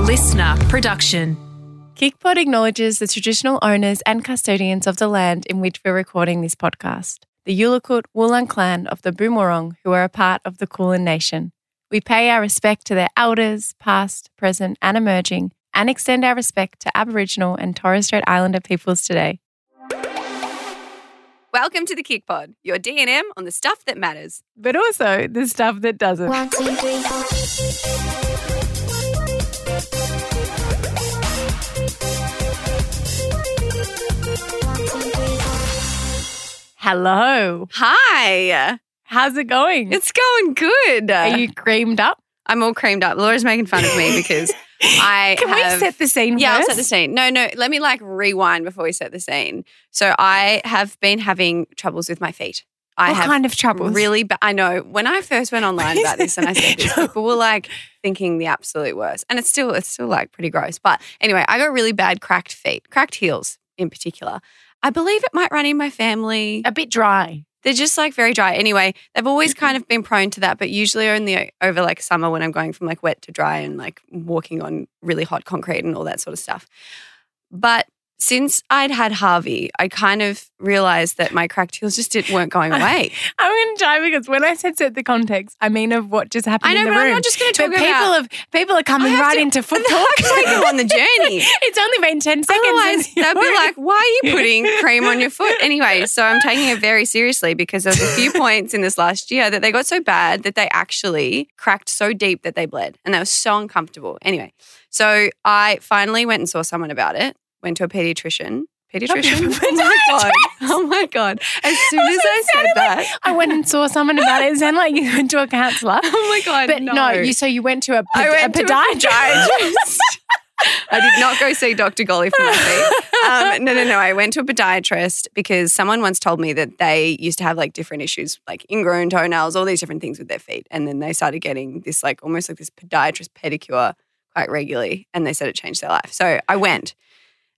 listener production. Kickpod acknowledges the traditional owners and custodians of the land in which we're recording this podcast, the Yulukut Wulan clan of the Boomerang, who are a part of the Kulin Nation. We pay our respect to their elders, past, present, and emerging, and extend our respect to Aboriginal and Torres Strait Islander peoples today. Welcome to the Kick Pod, your DNM on the stuff that matters. But also the stuff that doesn't. One, two, three, four. Hello. Hi, How's it going? it's going good. are you creamed up? I'm all creamed up. Laura's making fun of me because I Can have- we set the scene yeah, I'll first? set the scene. No, no, let me like rewind before we set the scene. So I have been having troubles with my feet. I What have kind of troubles? really ba- I know when I first went online about this and I said this, people were like thinking the absolute worst. And it's still it's still like pretty gross. But anyway, I got really bad cracked feet, cracked heels in particular. I believe it might run in my family. a bit dry. They're just like very dry. Anyway, they've always kind of been prone to that, but usually only o- over like summer when I'm going from like wet to dry and like walking on really hot concrete and all that sort of stuff. But since I'd had Harvey, I kind of realized that my cracked heels just didn't, weren't going away. I'm going to die because when I said set the context, I mean of what just happened I know, in the but room. I'm not just going to but talk people about have people are coming I have right to- into foot I talk. have to take them on the journey. it's only been ten seconds. Otherwise, and they'd be like, why are you putting cream on your foot? Anyway, so I'm taking it very seriously because there was a few points in this last year that they got so bad that they actually cracked so deep that they bled and that was so uncomfortable. Anyway, so I finally went and saw someone about it, went to a pediatrician. Pediatrician? Oh my God. Oh my God. As soon as I said that, I went and saw someone about it. It sounded like you went to a counsellor. oh my God. But no. you so you went to a, I ped- went a to a podiatrist. podiatrist. I did not go see Dr. Golly for my feet. Um, no, no, no. I went to a podiatrist because someone once told me that they used to have like different issues, like ingrown toenails, all these different things with their feet. And then they started getting this, like, almost like this podiatrist pedicure quite regularly. And they said it changed their life. So I went.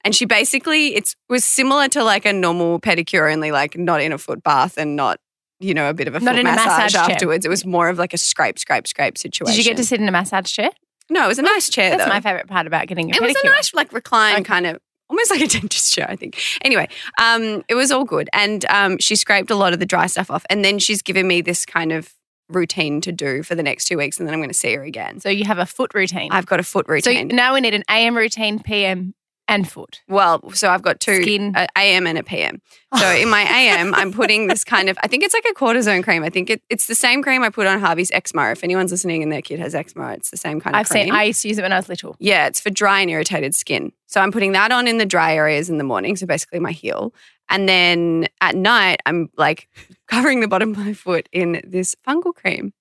And she basically, it was similar to like a normal pedicure, only like not in a foot bath and not, you know, a bit of a Not foot in a massage chair. afterwards. It was more of like a scrape, scrape, scrape situation. Did you get to sit in a massage chair? No, it was a nice chair Oh, That's though. my favorite part about getting a it was pedicure. a nice like recline Okay. kind of almost like a dentist chair, I think. Anyway, um, it was all good. And um, she scraped a lot of the dry stuff off. And then she's given me this kind of routine to do for the next two weeks, and then I'm gonna see her again. so you have a foot routine. I've got a foot so routine. now we need an AM routine, PM, and foot. well, so I've got two uh, Skin. a AM and a PM. So in my AM, I'm putting this kind of I think it's like a cortisone cream. I think it, it's the same cream I put on Harvey's eczema. If anyone's listening and their kid has eczema, it's the same kind of I've cream. seen. I used to use it when I was little. Yeah, it's for dry and irritated skin. So I'm putting that on in the dry areas in the morning, so basically my heel. And then at night, I'm like covering the bottom of my foot in this fungal cream.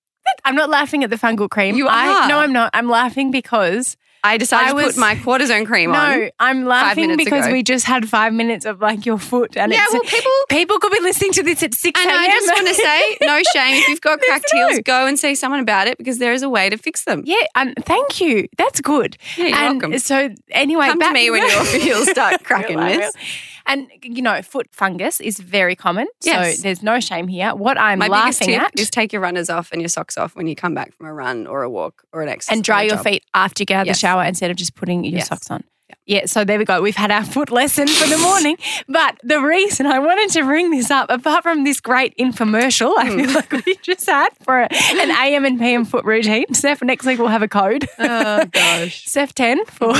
I'm not laughing at the fungal cream. You I, are. no, I'm not. I'm laughing because I decided I to was- put my cortisone cream on. no, I'm laughing minutes because ago. we just had five minutes of like your foot and Yeah, it's, well, people. people could be listening to this at six And a.m. I just want to say, no shame. If you've got There's cracked no- heels, go and see someone about it because there is a way to fix them. yeah, and thank you. That's good. Yeah, you're and welcome. So anyway, Come back- to me when your heels start cracking, I will, I miss. will. And you know, foot fungus is very common. Yes. So there's no shame here. What I'm My biggest laughing tip at is take your runners off and your socks off when you come back from a run or a walk or an exercise. and dry or a your jog. feet after you get out of Yes. the shower instead of just putting your Yes. socks on. Yeah, so there we go. We've had our foot lesson for the morning. But the reason I wanted to bring this up, apart from this great infomercial, I Hmm. feel like we just had for an AM and PM foot routine. Steph, next week we'll have a code. Oh, gosh. Steph 10 for.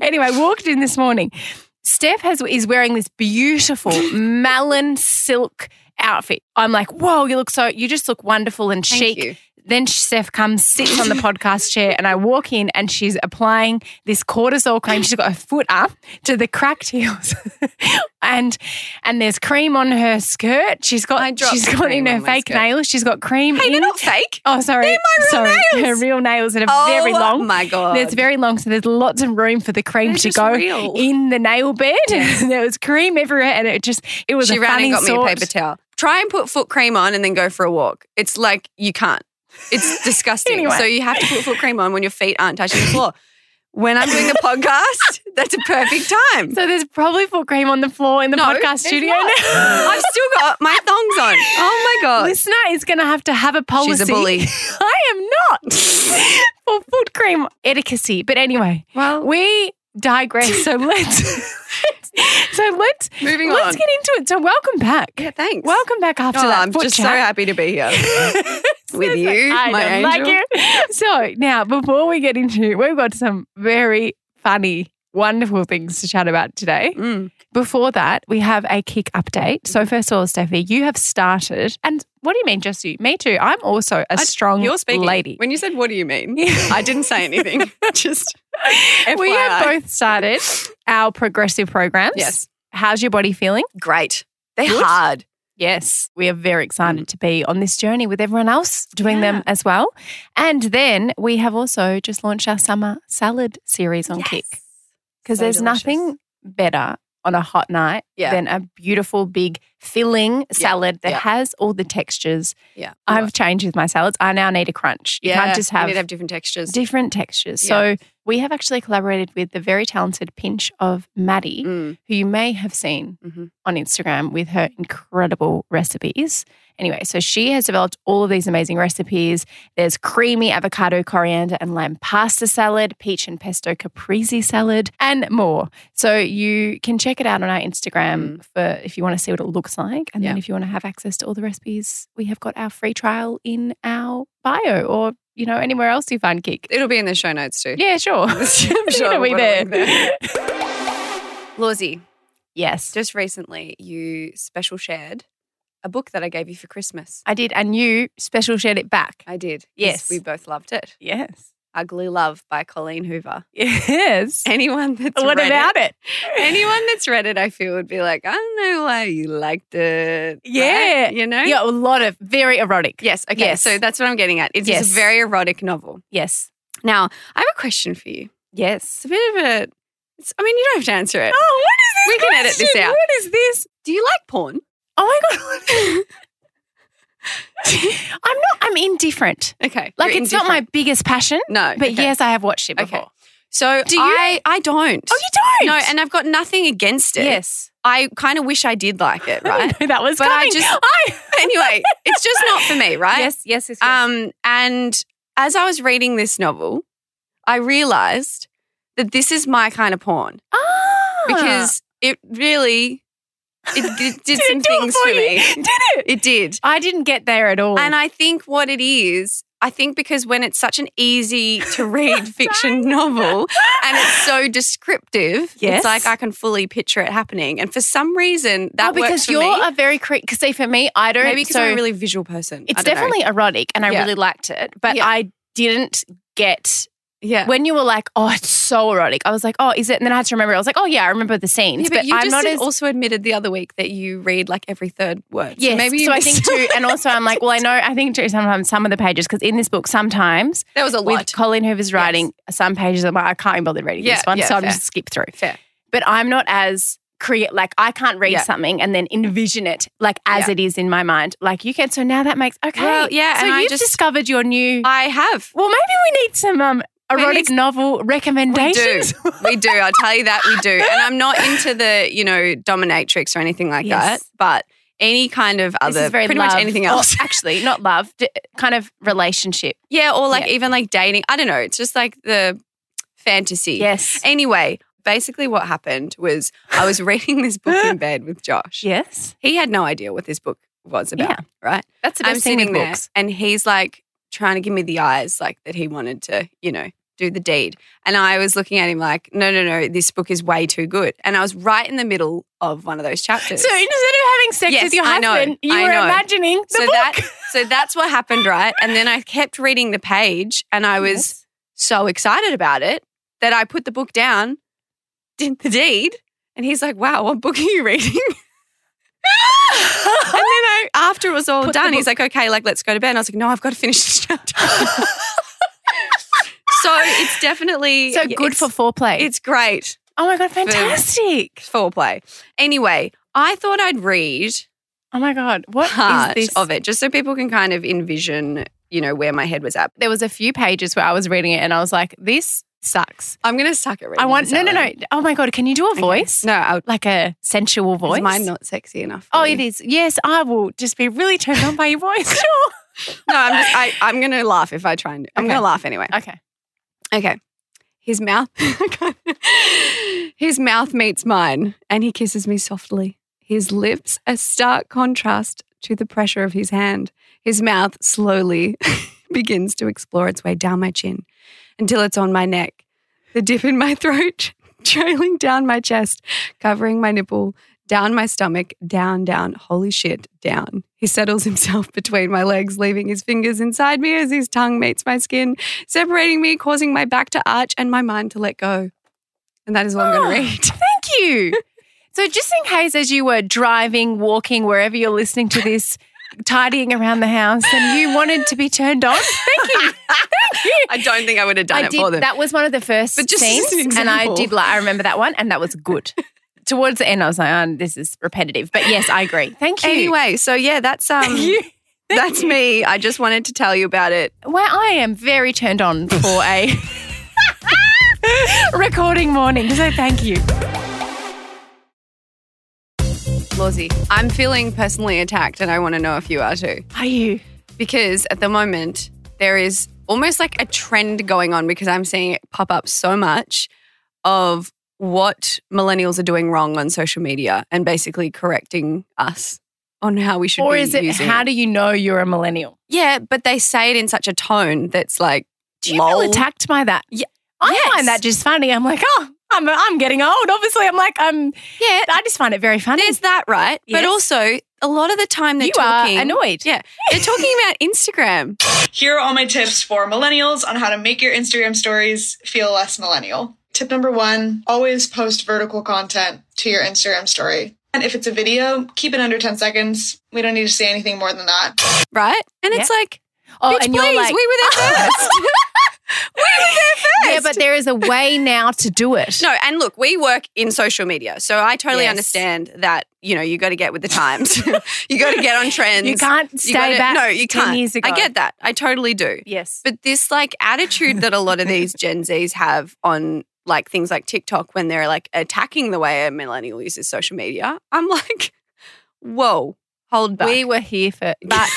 anyway, walked in this morning. Steph has is wearing this beautiful melon silk outfit. I'm like, whoa, you look so, you just look wonderful and Thank chic. you. Then Steph comes, sits on the podcast chair, and I walk in and she's applying this cortisol cream. She's got her foot up to the cracked heels. and and there's cream on her skirt. She's I got dropped she's the got in cream her on my fake skirt. nails. She's got cream Hey, they're in. not fake. Oh, sorry. They're my real sorry. nails. Her real nails that are very long. Oh my god! It's very long, so there's lots of room for the cream They're to just go real. in the nail bed. there was cream everywhere, and it just it was she a ran funny and got sort. me a paper towel. Try and put foot cream on and then go for a walk. It's like you can't. It's disgusting. Anyway. So you have to put foot cream on when your feet aren't touching the floor. When I'm doing the podcast, that's a perfect time. So there's probably full cream on the floor in the No, podcast there's studio. not. now. I've still got my thongs on. Oh my god! Listener is going to have to have a policy. She's a bully. I am not. or foot cream etiquette. But anyway, Well, we digress. So let's so let's moving let's on. get into it. So welcome back. yeah, thanks. Welcome back after Oh, that. I'm foot just so chat. happy to be here with It's you, like, I my don't angel. like you. So now, before we get into, we've got some very funny, wonderful things to chat about today. Mm. Before that, we have a kick update. So Mm-hmm. first of all, Steffi, you have started, and what do you mean, just you? Me too. I'm also a I- strong You're speaking. lady. When you said, what do you mean? Yeah. I didn't say anything. Just FYI. We have both started our progressive programs. Yes. How's your body feeling? Great. They're Good. hard. Yes, we are very excited Mm. to be on this journey with everyone else doing them as well. And then we have also just launched our summer salad series on Kick because So there's delicious. nothing better on a hot night Yeah. than a beautiful big filling salad that Yeah. has all the textures. Yeah. I've changed with my salads. I now need a crunch. You can't just you have, need to have different textures. different textures. Yeah. So we have actually collaborated with the very talented pinch of Maddie, Mm, who you may have seen mhm. on Instagram with her incredible recipes. Anyway, so she has developed all of these amazing recipes. There's creamy avocado, coriander, and lamb pasta salad, peach and pesto caprese salad, and more. So you can check it out on our Instagram for if you want to see what it looks like. And then Mm. Yeah. if you want to have access to all the recipes, we have got our free trial in our bio or, you know, anywhere else you find Kick. It'll be in the show notes too. Yeah, sure. I'm sure It'll be we'll there. link there. Lawsy, Yes. just recently you special shared a book that I gave you for Christmas. I did. And you special shared it back. I did. 'cause Yes. We both loved it. Yes. Ugly Love by Colleen Hoover. Yes. Anyone that's what read about it? it, anyone that's read it, I feel would be like, I don't know why you liked it. right? Yeah. You know? Yeah, a lot of very erotic. Yes. Okay. Yes. So that's what I'm getting at. It's Yes. a very erotic novel. Yes. Now, I have a question for you. It's Yes. a bit of a. It's, I mean, you don't have to answer it. Oh, what We can edit this question? out. What is this? Do you like porn? Oh my god. what is this? I'm not I'm indifferent. Okay. Like you're it's not my indifferent. biggest passion, No. but okay. yes, I have watched it Okay. before. So Do you? I, I don't. Oh, you don't? No, and I've got nothing against it. Yes. I kind of wish I did like it, right? I know that was But I coming. just- I, anyway, it's just not for me, right? Yes, yes, yes. yes. Um, and as I was reading this novel, I realized that this is my kind of porn Ah. because it really it, it did some it do it things for you? me. Did it? It did. I didn't get there at all. And I think what it is, I think because when it's such an easy to read fiction novel and it's so descriptive, Yes. it's like I can fully picture it happening. And for some reason, that oh, because works for you're me. a very cre- cause see for me, I don't Maybe because so, I'm a really visual person. I It's don't know. definitely erotic and I Yeah. really liked it, but Yeah. I didn't get yeah. when you were like, "Oh, it's so erotic." I was like, "Oh, is it?" And then I had to remember. I was like, "Oh, yeah, I remember the scenes." Yeah, but, you I'm just not ad- as also admitted the other week that you read like every third word. yes. so maybe you so I missed- think too, and also I'm like, well, I know I think too sometimes some of the pages because in this book sometimes that was a with lot. Colin Hoover's writing, some pages I'm like, I can't even bother reading Yeah, this one, yeah, so I'm fair. just skip through. Fair. But I'm not as create like I can't read Yeah. something and then envision it like as Yeah. it is in my mind like you can. So now that makes okay. Well, yeah, So and I you've just- discovered your new I have. Well, maybe we need some um, Maybe erotic novel recommendations. We do. I'll tell you that we do. And I'm not into the, you know, dominatrix or anything like Yes. that, but any kind of This other, is very pretty love- much anything or else. actually, not love, d- kind of relationship. yeah. Or like Yeah. even like dating. I don't know. It's just like the fantasy. Yes. Anyway, basically what happened was I was reading this book in bed with Josh. Yes. He had no idea what this book was about, Yeah. right? That's the best I'm thing sitting with there books. and he's like trying to give me the eyes like that he wanted to, you know, do the deed. And I was looking at him like, no, no, no, this book is way too good. And I was right in the middle of one of those chapters. So instead of having sex Yes, with your I know, husband, you I were know. imagining the So book. that so that's what happened, right? And then I kept reading the page and I was Yes. so excited about it that I put the book down, did the deed, and he's like, Wow, what book are you reading? And then I, after it was all Put the done, he's like, okay, like, let's go to bed. And I was like, no, I've got to finish this chapter. so it's definitely. so good it's- for foreplay. It's great oh my god, fantastic! for play. Anyway, I thought I'd read Oh my god, what is part this? of it just so people can kind of envision, you know, where my head was at. There was a few pages where I was reading it and I was like, this sucks. I'm going to suck at reading. I want this no, no, out no. loud. Oh my god, can you do a Okay. voice? No, I would. Like a sensual voice? Is mine not sexy enough? Oh, it is. Yes, I will just be really turned on by your voice. Sure. No, I'm just. I, I'm going to laugh if I try and. I'm Okay. going to laugh anyway. Okay. Okay. His mouth His mouth meets mine and he kisses me softly. His lips a stark contrast to the pressure of his hand. His mouth slowly begins to explore its way down my chin until it's on my neck. The dip in my throat trailing down my chest, covering my nipple, down my stomach, down, down, holy shit, down. He settles himself between my legs, leaving his fingers inside me as his tongue meets my skin, separating me, causing my back to arch and my mind to let go. And that is what I'm Oh. going to read. Thank you. so, just in case, as you were driving, walking, wherever you're listening to this, tidying around the house, and you wanted to be turned on, thank you. Thank you. I don't think I would have done it did. for them. That was one of the first But just as scenes, an and I example. did. Like, I remember that one, and that was good. Towards the end, I was like, oh, "This is repetitive," but yes, I agree. Thank you. anyway, so yeah, that's um, You- that's me. I just wanted to tell you about it. Well, I am very turned on for a recording morning. So thank you. Lawsy, I'm feeling personally attacked, and I want to know if you are too. Are you? because at the moment there is almost like a trend going on because I'm seeing it pop up so much of what millennials are doing wrong on social media and basically correcting us on how we should Or be is it using how do you know you're a millennial? yeah but they say it in such a tone that's like Do you lol. feel attacked by that? Ye- I yes. find that just funny. I'm like, oh, I'm, I'm getting old. Obviously, I'm like, I'm. yeah I just find it very funny. there's that right Yes. but also a lot of the time they're you talking are annoyed. yeah they're talking about Instagram Here are all my tips for millennials on how to make your Instagram stories feel less millennial. Tip number one always post vertical content to your Instagram story. And if it's a video, keep it under 10 seconds. We don't need to say anything more than that. right and it's like Oh, bitch and please you're like, we were there first we were there first yeah, but there is a way now to do it. No, and look, we work in social media. So I totally Yes. understand that, you know, you got to get with the times. you got to get on trends. you can't You stay gotta- back. No, you 10 can't. Years ago. I get that. I totally do. Yes. But this like attitude that a lot of these Gen Zs have on like things like TikTok when they're like attacking the way a millennial uses social media, I'm like, whoa, hold back. We were here for, but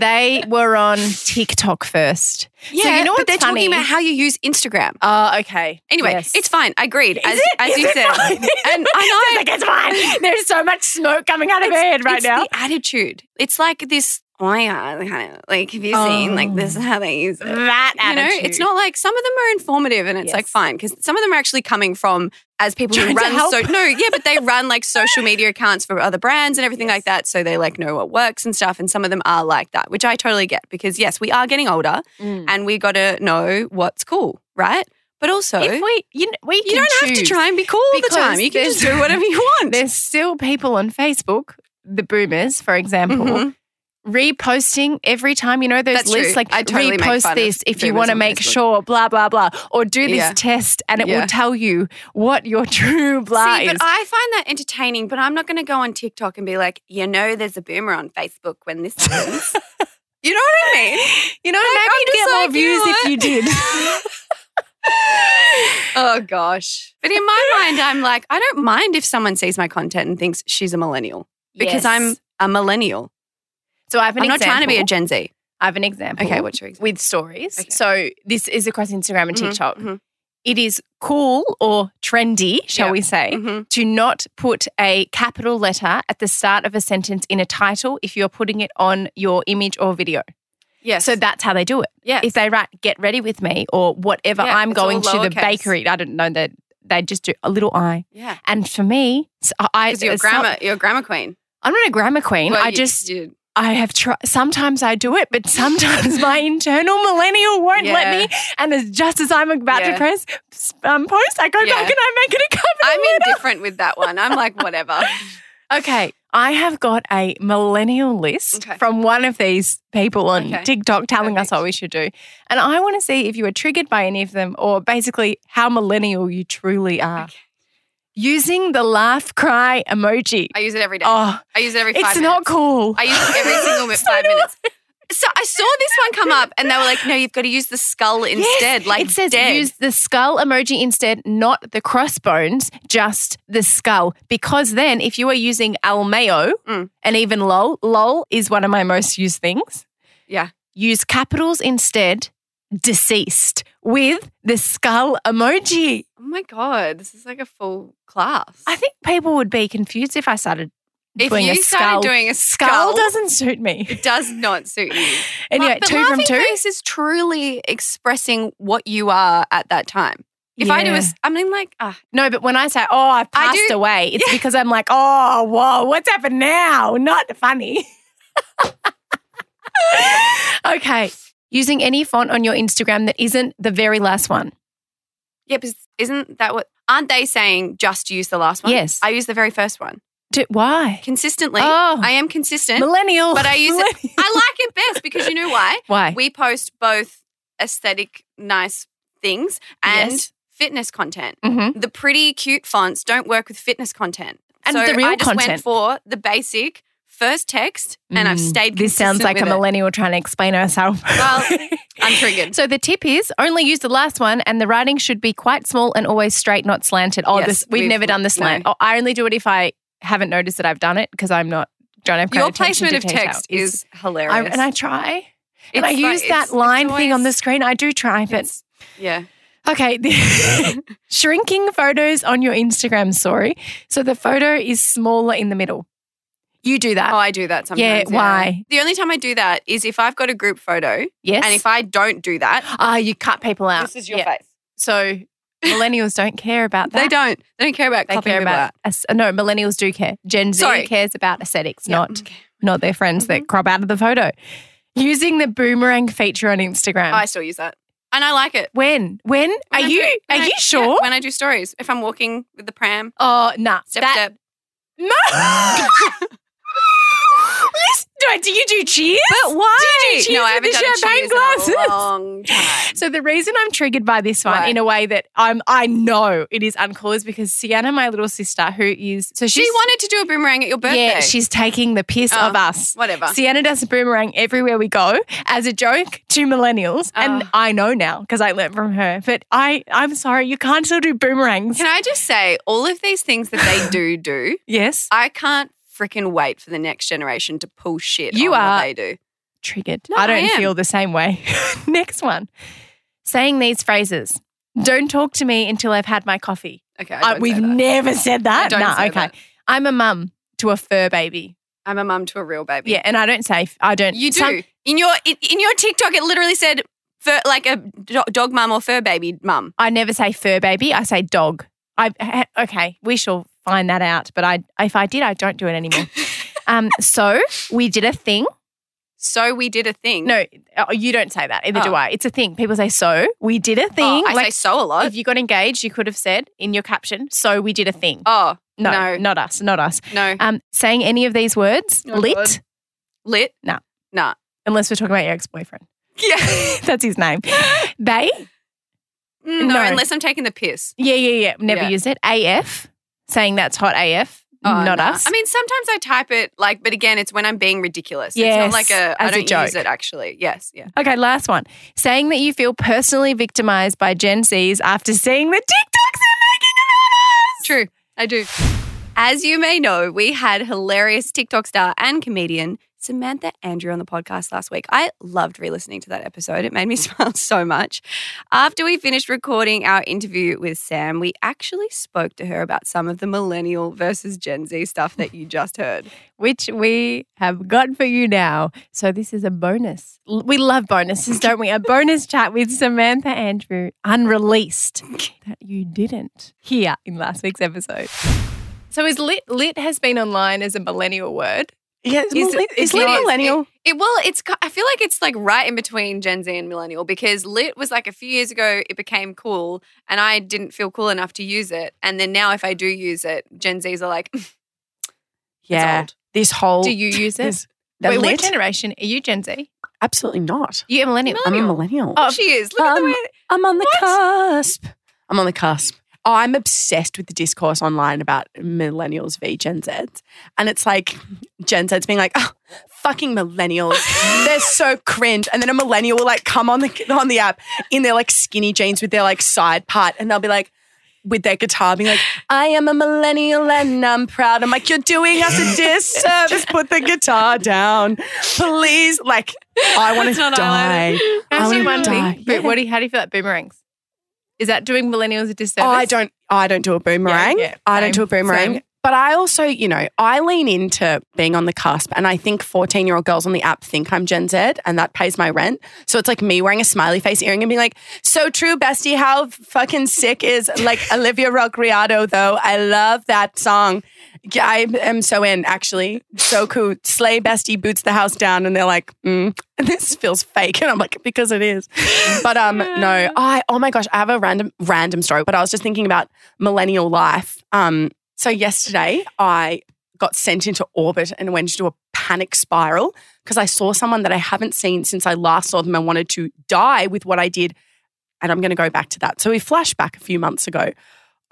they were on TikTok first. yeah, you know but what's they're funny? talking about how you use Instagram. Oh, okay. Anyway, it's fine. Agreed. as as you said. and I know- it's fine. There's so much smoke coming out of my It's- head right it's now. the attitude. It's like this. Oh my god! kind of, Like, have you Oh. seen? Like, this is how they use it. that You know, it's not like some of them are informative, and it's like Yes. fine because some of them are actually coming from as people Trying who to run. help. So no, yeah, but they run like social media accounts for other brands and everything like that. So they like know what works and stuff. And some of them are like that, which I totally get because yes, we are getting older, Mm. and we got to know what's cool, right? But also, If we, you know, we you can don't have to choose. try and be cool all the because time. You can there's- just do whatever you want. There's still people on Facebook, the boomers, for example, Mhm. reposting every time. You know those That's lists true. like I totally make repost fun of this if you boomers want to on make Facebook. sure, blah blah blah, or do this Yeah. test and it Yeah. will tell you what your true blah See, is. but I find that entertaining. But I'm not going to go on TikTok and be like, you know, there's a boomer on Facebook when this happens. you know what I mean? you know, Like, maybe I'm you'd just get more like, you views know if what? you did. Oh gosh! But in my mind, I'm like, I don't mind if someone sees my content and thinks she's a millennial Yes. because I'm a millennial. So I have an I'm not example. trying to be a Gen Z. I have an example. Okay, what's your example? with stories. Okay. So this is across Instagram and Mhm, TikTok. mhm, It is cool or trendy, shall Yeah. we say, mhm. to not put a capital letter at the start of a sentence in a title if you're putting it on your image or video. Yes. So that's how they do it. yes. If they write "Get ready with me" or whatever, Yeah, I'm it's all going to the lowercase. bakery. I don't know that they just do a little I. yeah. And for me, s- I Because you're a it's not- grammar, you're a grammar queen. I'm not a grammar queen. Well, I you- just you- I have tried. Sometimes I do it, but sometimes my internal millennial won't let Yeah. me. And as just as I'm about to Yeah. press um, post, I go Yeah. back and I make it a cover. I'm indifferent with that one. I'm like, whatever. Okay, I have got a millennial list Okay. from one of these people on Okay. TikTok telling us Perfect. what we should do, and I want to see if you are triggered by any of them or basically how millennial you truly are. Okay. Using the laugh cry emoji. I use it every day. Oh, I use it every five it's minutes. not cool. I use it every single mi- So five do minutes. So I saw this one come up, and they were like, "No, you've got to use the skull instead." like it says dead. use the skull emoji instead, not the crossbones, just the skull. Because then if you are using al mayo Mm. and even lol, lol is one of my most used things. Yeah. Use capitals instead, deceased, with the skull emoji. Oh my god, this is like a full class. I think people would be confused if I started if doing you a skull. started doing a skull. skull, doesn't suit me. it does not suit you. Anyway, But- but two from laughing two. face is truly expressing what you are at that time. If I do a, Yeah. s- I mean, like, ah, No, but when I say, oh, I've I passed do- away, it's because I'm like, oh, whoa, what's happened now? Not funny. okay. Using any font on your Instagram that isn't the very last one. yeah, but isn't that what? Aren't they saying just use the last one? Yes. I use the very first one Do, why? consistently. Oh, I am consistent. millennial. But I use it- Millennial. I like it best because you know why? Why? We post both aesthetic, nice things and Yes. fitness content. hmm The pretty, cute fonts don't work with fitness content. And so the real I just content. went for the basic first text, and I've Mm, stayed. This sounds consistent like a with it. millennial trying to explain herself. Well, I'm triggered. So the tip is only use the last one, and the writing should be quite small and always straight, not slanted. Oh, Yes, this we've, we've- never done the slant. Oh, I only do it if I haven't noticed that I've done it because I'm not don't have great Your attention placement of to detail. text It's- is hilarious. I, and I try, and I It's use like- that it's- line it's thing on the always- screen. I do try, but it's- Yeah. Okay. the- Shrinking photos on your Instagram story. So the photo is smaller in the middle. You do that. Oh, I do that sometimes. uh, why? The only time I do that is if I've got a group photo, yes. and if I don't do that, Ah, you cut people out. Yeah. face. So millennials don't care about that. They don't. They don't care about They copying care people about out. aes- no millennials do care. Gen Z Sorry. cares about aesthetics, Yeah. Mm-hmm. not not their friends that crop out of the photo. Using the boomerang feature on Instagram. I still use that, and I like it. when when are When I you do- are when I- you yeah, sure? when I do stories, if I'm walking with the pram, oh nah, step that step. No. Listen, do, do you do cheers? But why? Do you do cheers no, I with the haven't done a champagne cheers glasses? in a long time. So the reason I'm triggered by this one Why? in a way that I'm I know it is uncool is because Sienna, my little sister, who is so She she's wanted to do a boomerang at your birthday. yeah she's taking the piss Oh, of us. whatever. Sienna does a boomerang everywhere we go as a joke to millennials, and Oh. I know now because I learnt from her. But I I'm sorry, you can't still do boomerangs. Can I just say, all of these things that they do do, yes, I can't freaking wait for the next generation to pull shit. You on are- What they do. triggered. No, I I don't am. feel the same way. Next one. Saying these phrases. Don't talk to me until I've had my coffee. Okay, I- I don't we've say that. never said that. I don't no, say okay. that. I'm a mum to a fur baby. I'm a mum to a real baby. Yeah, and I don't say I don't. you do. some- in your in, in your TikTok, it literally said fur, like a do- dog mum or fur baby mum. I never say fur baby. I say dog. I okay. We shall find that out. But I, if I did, I don't do it anymore. um. So we did a thing. So we did a thing. No, uh, you don't say that. Either do Oh. I. It's a thing. People say so. We did a Oh, thing. I say so a lot. if you got engaged, you could have said in your caption, so we did a thing. oh no, no. not us, not us. no, Um, saying any of these words, Oh, lit, God. lit. No. nah. unless we're talking about your ex boyfriend. Yeah. That's his name. They, Mm, No. No, unless I'm taking the piss. yeah, yeah, yeah. Never Yeah. used it. AF, saying that's hot AF, Oh, not nah. us. I mean, sometimes I type it like, but again, it's when I'm being ridiculous. Yes, it's not like a I as a don't use joke. it actually. Yes, yeah. okay, last one. Saying that you feel personally victimized by Gen Zs after seeing the TikToks they're True. I do. As you may know, we had hilarious TikTok star and comedian Samantha Andrew on the podcast last week. I loved re listening to that episode. It made me smile so much. After we finished recording our interview with Sam, we actually spoke to her about some of the millennial versus Gen Z stuff that you just heard. making about us, which we have got for you now. So this is a bonus. L- We love bonuses, don't we? A bonus chat with Samantha Andrew, unreleased, that you didn't hear in last week's episode. So is lit lit has been online as a millennial word. Yeah, Is- is it's lit not- millennial? It well, it's ki- I feel like it's like right in between Gen Z and millennial because lit was like a few years ago it became cool and I didn't feel cool enough to use it and then now if I do use it, Gen Zs are like, "Mm, "It's Yeah. old." This whole Do you use it? Is that Wait, what lit? generation are you? Gen Z? Absolutely not. You a millennial? I'm a millennial. Oh, she is. Look at the um, way. I'm on the what? cusp. I'm on the cusp. Oh, I'm obsessed with the discourse online about millennials v Gen Zs. And it's like Gen Zs being like, oh, fucking millennials. They're so cringe. And then a millennial will like come on the on the app in their like skinny jeans with their like side part and they'll be like, with their guitar being like, I am a millennial and I'm proud. I'm like, you're doing us a disservice. Put the guitar down. Please. Like, I want to not die. I Actually, one want to die. thing. But what do you, how do you feel about boomerangs? Is that doing millennials a disservice? Oh, I don't. I don't do a boomerang. yeah, I same, don't do a boomerang. same. But I also, you know, I lean into being on the cusp, and I think fourteen-year-old girls on the app think I'm Gen Z, and that pays my rent. So it's like me wearing a smiley face earring and being like, "So true, bestie. How fucking sick is like Olivia Rodrigo though? I love that song. Yeah, I am so in. Actually, so cool. Slay bestie boots the house down, and they're like, mm, "This feels fake," and I'm like, "Because it is." But um, no, I oh my gosh, I have a random random story. But I was just thinking about millennial life. Um, so yesterday I got sent into orbit and went into a panic spiral because I saw someone that I haven't seen since I last saw them and wanted to die with what I did. And I'm going to go back to that. So we flash back a few months ago.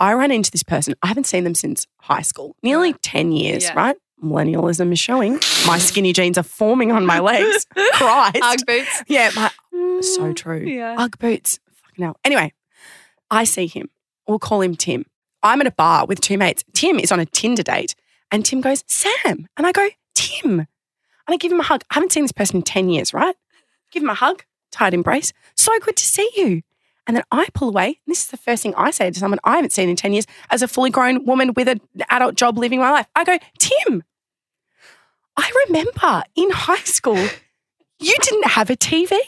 I ran into this person. I haven't seen them since high school, nearly 10 years, Yeah. right? Millennialism is showing. My skinny jeans are forming on my legs. Christ. Ugg boots. Yeah, my, so true. Yeah. Ugg boots. Fucking hell. Anyway, I see him. We'll call him Tim. I'm at a bar with two mates. Tim is on a Tinder date, and Tim goes, Sam. And I go, Tim. And I give him a hug. I haven't seen this person in 10 years, right? Give him a hug, tight embrace. So good to see you. And then I pull away. And this is the first thing I say to someone I haven't seen in 10 years as a fully grown woman with an adult job living my life. I go, Tim, I remember in high school, you didn't have a TV.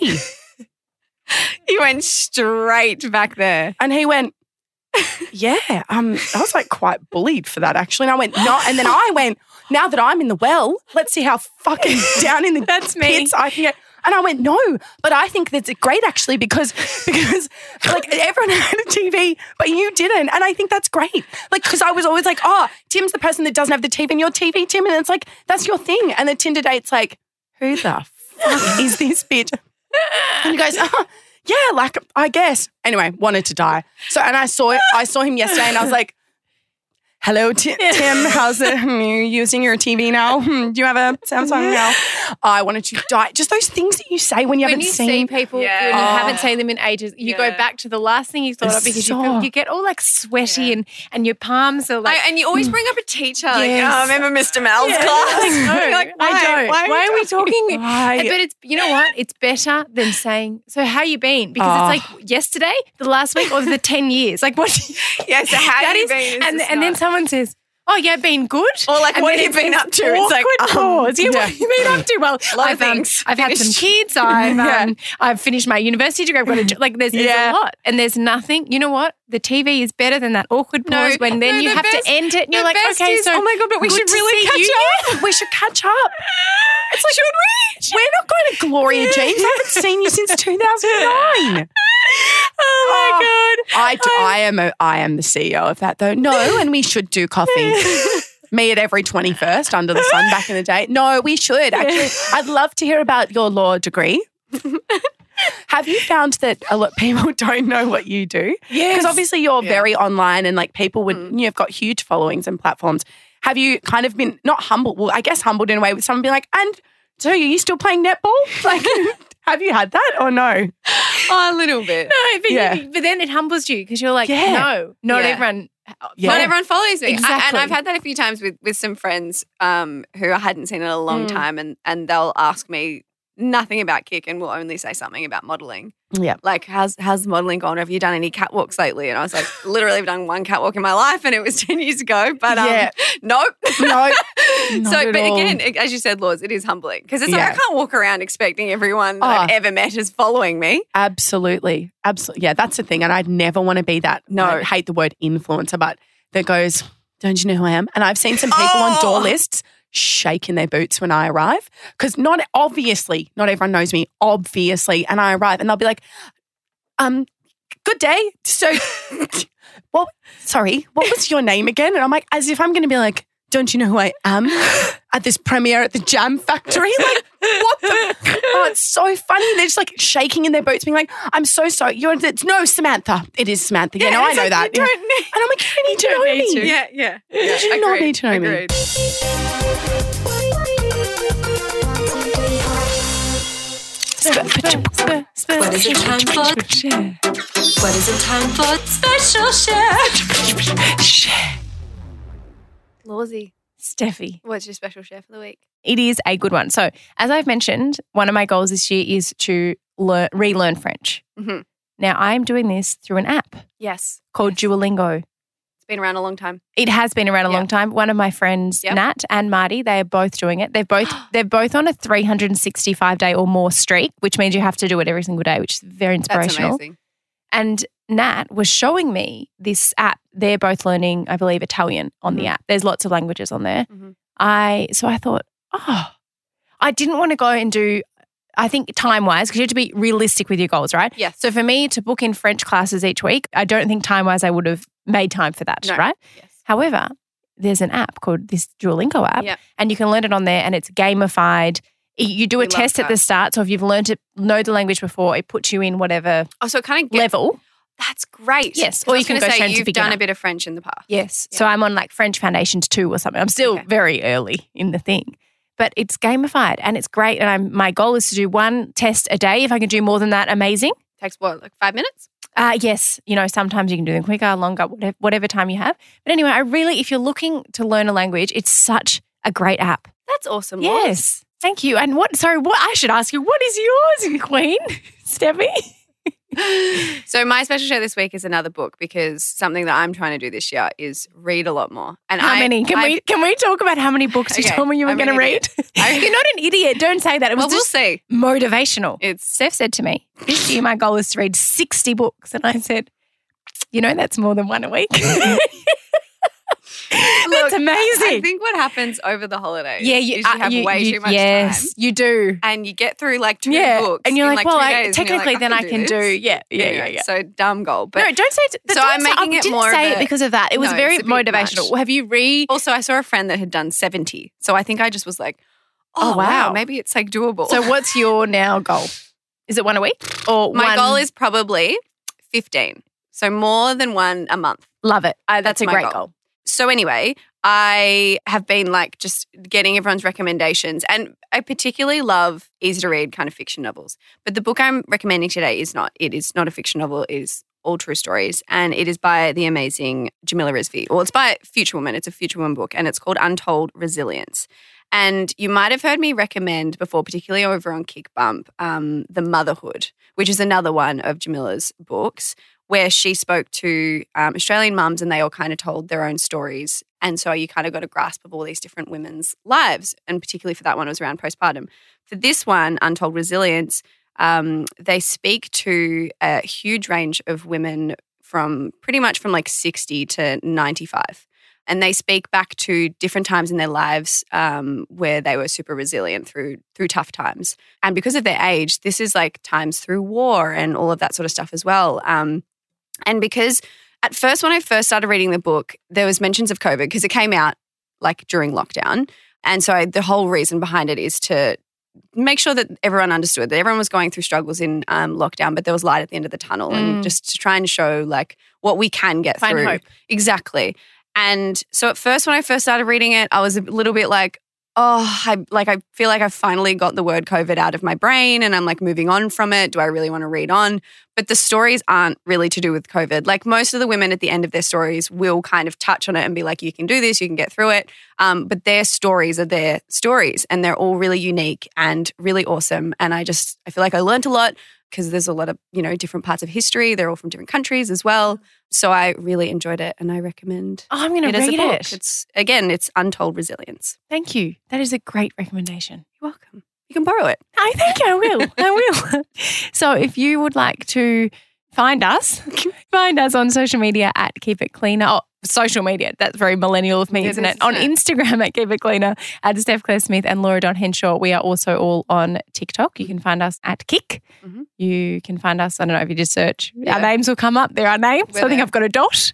You went straight back there. And he went, Yeah. Um, I was like quite bullied for that actually. And I went, no, and then I went, now that I'm in the well, let's see how fucking down in the That's me. pits I can get. And I went, no, but I think that's great actually because because like everyone had a TV, but you didn't. And I think that's great. Like, because I was always like, oh, Tim's the person that doesn't have the TV and your TV, Tim. And it's like, that's your thing. And the Tinder date's like, who the fuck is this bitch? And he goes, oh, yeah, like I guess. Anyway, wanted to die. So and I saw I saw him yesterday, and I was like, "Hello, Ti- Tim. How's it? Hmm, you using your TV now? Hmm, Do you have a Samsung now?" I wanted to die. Just those things that you say when you When haven't you see seen. people Yeah. and you Oh. haven't seen them in ages, you go Yeah. back to the last thing you thought of because you, feel, So- you get all like sweaty and, and your palms are like. I, and you always bring up a teacher. Like, Yes. oh, I remember Mr. Mel's class. You're like, I why? don't. Why are why are we talking? Right. But it's you know what? It's better than saying. So how you been? Because it's Oh. like yesterday, the last week, or the ten years. Like what? Yeah, so how that you is- been? It's and just and then not- someone says, "Oh yeah, been good." Or like, And what then have you been up to? It's It's like, like, oh, um, yeah, what have you been up to? Well, lot of I've, um, things. I've had some Finished. kids. I've um, I've finished my university degree. I've got a job. Like there's, Yeah. there's a lot, and there's nothing. You know what? The TV is better than that awkward No, pause when then no, you the have best- to end it, and the you're like, best okay, is, so oh my God, but we good should to really see catch you. up. Yeah, We should catch up. It's like, should we? We're not going to Gloria Jeans. I haven't seen you since 2009. Oh my Oh. god. I, do, I am a, I am the CEO of that though. No, and we should do coffee. Me at every 21st under the sun back in the day. No, we should actually. I'd love to hear about your law degree. Have you found that a lot people don't know what you do? Yeah. Mm. Because obviously you're very online and like people would, you've got huge followings and platforms. Have you kind of been not humbled? Well, I guess humbled in a way with someone being like, and so are you still playing netball? Like, have you had that or no? Oh, a little bit. No, but, you- Yeah. but then it humbles you because you're like, Yeah. no, not Yeah. everyone. Yeah. Not everyone follows me. I- and Exactly. I've had that a few times with, with some friends um, who I hadn't seen in a long Mm. time and, and they'll ask me nothing about kick and will only say something about modeling. Yeah. Like, how's how's modeling gone? Have you done any catwalks lately? And I was like, literally I've done one catwalk in my life and it was 10 years ago. But um, Yeah. nope. No. Not so, at but all. again, it- as you said, Laws, it is humbling because it's like Yeah. Ah. I can't walk around expecting everyone that I've ever met is following me. Absolutely. Absolutely. Yeah, that's the thing. And I'd never want to be that. No. I hate the word influencer, but that goes, don't you know who I am? And I've seen some people on door Oh. lists shaking their boots when I arrive because not obviously, not everyone knows me, obviously. And I arrive and they'll be like, um, good day. So, well, sorry, what was your name again? And I'm like, as if I'm going to be like, don't you know who I am at this premiere at the Jam Factory? Like, what the? Oh, it's so funny. They're just like shaking in their boots, being like, I'm so sorry. You're, it's, no, Samantha. It is Samantha. Yeah, no, I it's know like, that. You Yeah. don't need. And I'm like, you don't need to know me. Yeah, yeah. yeah. do not need to know me. agreed. Sp- sp- What is it time for? Share. What is it time for? Special share. Share. Lawsy, Steffi. what's your special share for the week? It is a good one. So, as I've mentioned, one of my goals this year is to learn, relearn French. Mm-hmm. Mhm. Now, I'm doing this through an app Yes, called Duolingo. it's been around a long time. It has been around a Yeah. long time. One of my friends, Yep. Nat and Marty, they are both doing it. They're both they're both on a 365 day or more streak, which means you have to do it every single day, which is very That's inspirational. amazing. And Nat was showing me this app. They're both learning, I believe, Italian on the Mhm. app. There's lots of languages on there. Mhm. I so I thought, oh, I didn't want to go and do. I think time wise, because you have to be realistic with your goals, right? Yes. So for me to book in French classes each week, I don't think time wise I would have made time for that, No. right? yes. However, there's an app called this Duolingo app, Yep. and you can learn it on there, and it's gamified. Y- You do a We love test at the that. start, so if you've learned it, know the language before, it puts you in whatever Oh, so it kind of get, level. that's great. Yes, 'Cause or I you was can gonna go say straight to you've beginner. done a bit of French in the past. Yes. So I'm on like French Foundations 2 or something. I'm still Okay. very early in the thing, but it's gamified and it's great. And I'm, my goal is to do one test a day. If I can do more than that, amazing. Takes what, like five minutes? Uh, yes, you know, sometimes you can do them quicker, longer, whatever, whatever time you have. But anyway, I really, if you're looking to learn a language, it's such a great app. That's awesome. Laws. Yes. Thank you. And what, sorry, what I should ask you, what is yours, you Queen? Steffi? So my special share this week is another book because something that I'm trying to do this year is read a lot more. And How I, many? Can I, we can we talk about how many books you Okay, told me you were I'm going to an read? idiot. I- You're not an idiot. Don't say that. It was Well, we'll just see. motivational. It's Steph said to me, This year my goal is to read 60 books. And I said, You know, that's more than one a week. Look, that's I amazing. think what happens over the holidays. yeah, you, is uh, you have you- way you- too much yes, time, you do. and you get through like two yeah. books, and you're in, like, like Well, two I, days, and you're technically like, then I can do. this." Yeah, yeah, yeah, Anyway, yeah. So dumb goal, but no, don't say. T- So don't I'm say- I making it didn't more of say it a- because of that. It was No, very it's a bit much. motivational. Have you read? also I saw a friend that had done seventy, so I think I just was like, Oh, oh, wow. wow. maybe it's like doable. So, what's your now goal? Is it one a week or one- my goal is probably fifteen, so more than one a month. love it. Uh, That's, a my great goal. goal. So anyway, I have been like just getting everyone's recommendations, and I particularly love easy to read kind of fiction novels. But the book I'm recommending today is not. It is not a fiction novel. It is all true stories, and it is by the amazing Jamila Rizvi. Well, it's by Future Woman. It's a Future Woman book, and it's called Untold Resilience. And you might have heard me recommend before, particularly over on Kick Bump, um, The Motherhood, which is another one of Jamila's books where she spoke to um, Australian mums and they all kind of told their own stories. And so you kind of got a grasp of all these different women's lives. And particularly for that one, it was around postpartum. For this one, Untold Resilience, um, they speak to a huge range of women from pretty much from like 60 to 95. And they speak back to different times in their lives um, where they were super resilient through through tough times. And because of their age, this is like times through war and all of that sort of stuff as well. Um, and because at first, when I first started reading the book, there was mentions of COVID because it came out like during lockdown. And so the whole reason behind it is to make sure that everyone understood that everyone was going through struggles in um, lockdown, but there was light at the end of the tunnel Mm. and just to try and show like what we can get Find through. hope. Exactly. And so at first, when I first started reading it, I was a little bit like, oh, I like I feel like I finally got the word COVID out of my brain and I'm like moving on from it. Do I really want to read on? But the stories aren't really to do with COVID. Like most of the women at the end of their stories will kind of touch on it and be like, you can do this, you can get through it. Um, but their stories are their stories and they're all really unique and really awesome. And I just, I feel like I learned a lot because there's a lot of, you know, different parts of history. They're all from different countries as well. So I really enjoyed it and I recommend Oh, I'm going it to as a read book. it. It's, again, it's Untold Resilience. Thank you. That is a great recommendation. You're welcome. You can borrow it. I think I will. I will. So if you would like to find us, find us on social media at Keep It Cleaner. Oh, social media. That's very millennial of me, It isn't is, it? On isn't Instagram at Keep It Cleaner, at Steph Claire Smith and Laura Don Henshaw. We are also all on TikTok. You can find us at Kick. Mhm. You can find us, I don't know if you just search, Yeah. our names will come up. They're our names. We're so I think there. I've got a dot.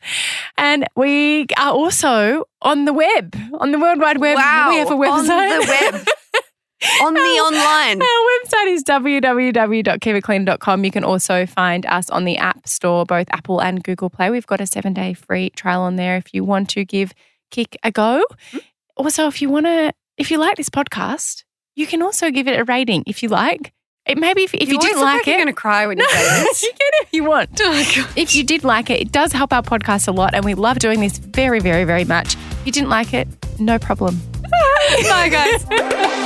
And we are also on the web, on the World Wide Web. We have a website. On the web. on the online. Our website is www.keepitclean.com. You can also find us on the App Store, both Apple and Google Play. We've got a seven day free trial on there if you want to give Kick a go. Mm-hmm. Also, if you want to, if you like this podcast, you can also give it a rating if you like. It maybe if, if you, always didn't look like you're it, gonna cry when you say this. Oh you get it if you want. if you did like it, it does help our podcast a lot, and we love doing this very, very, very much. If you didn't like it, no problem. Bye, guys.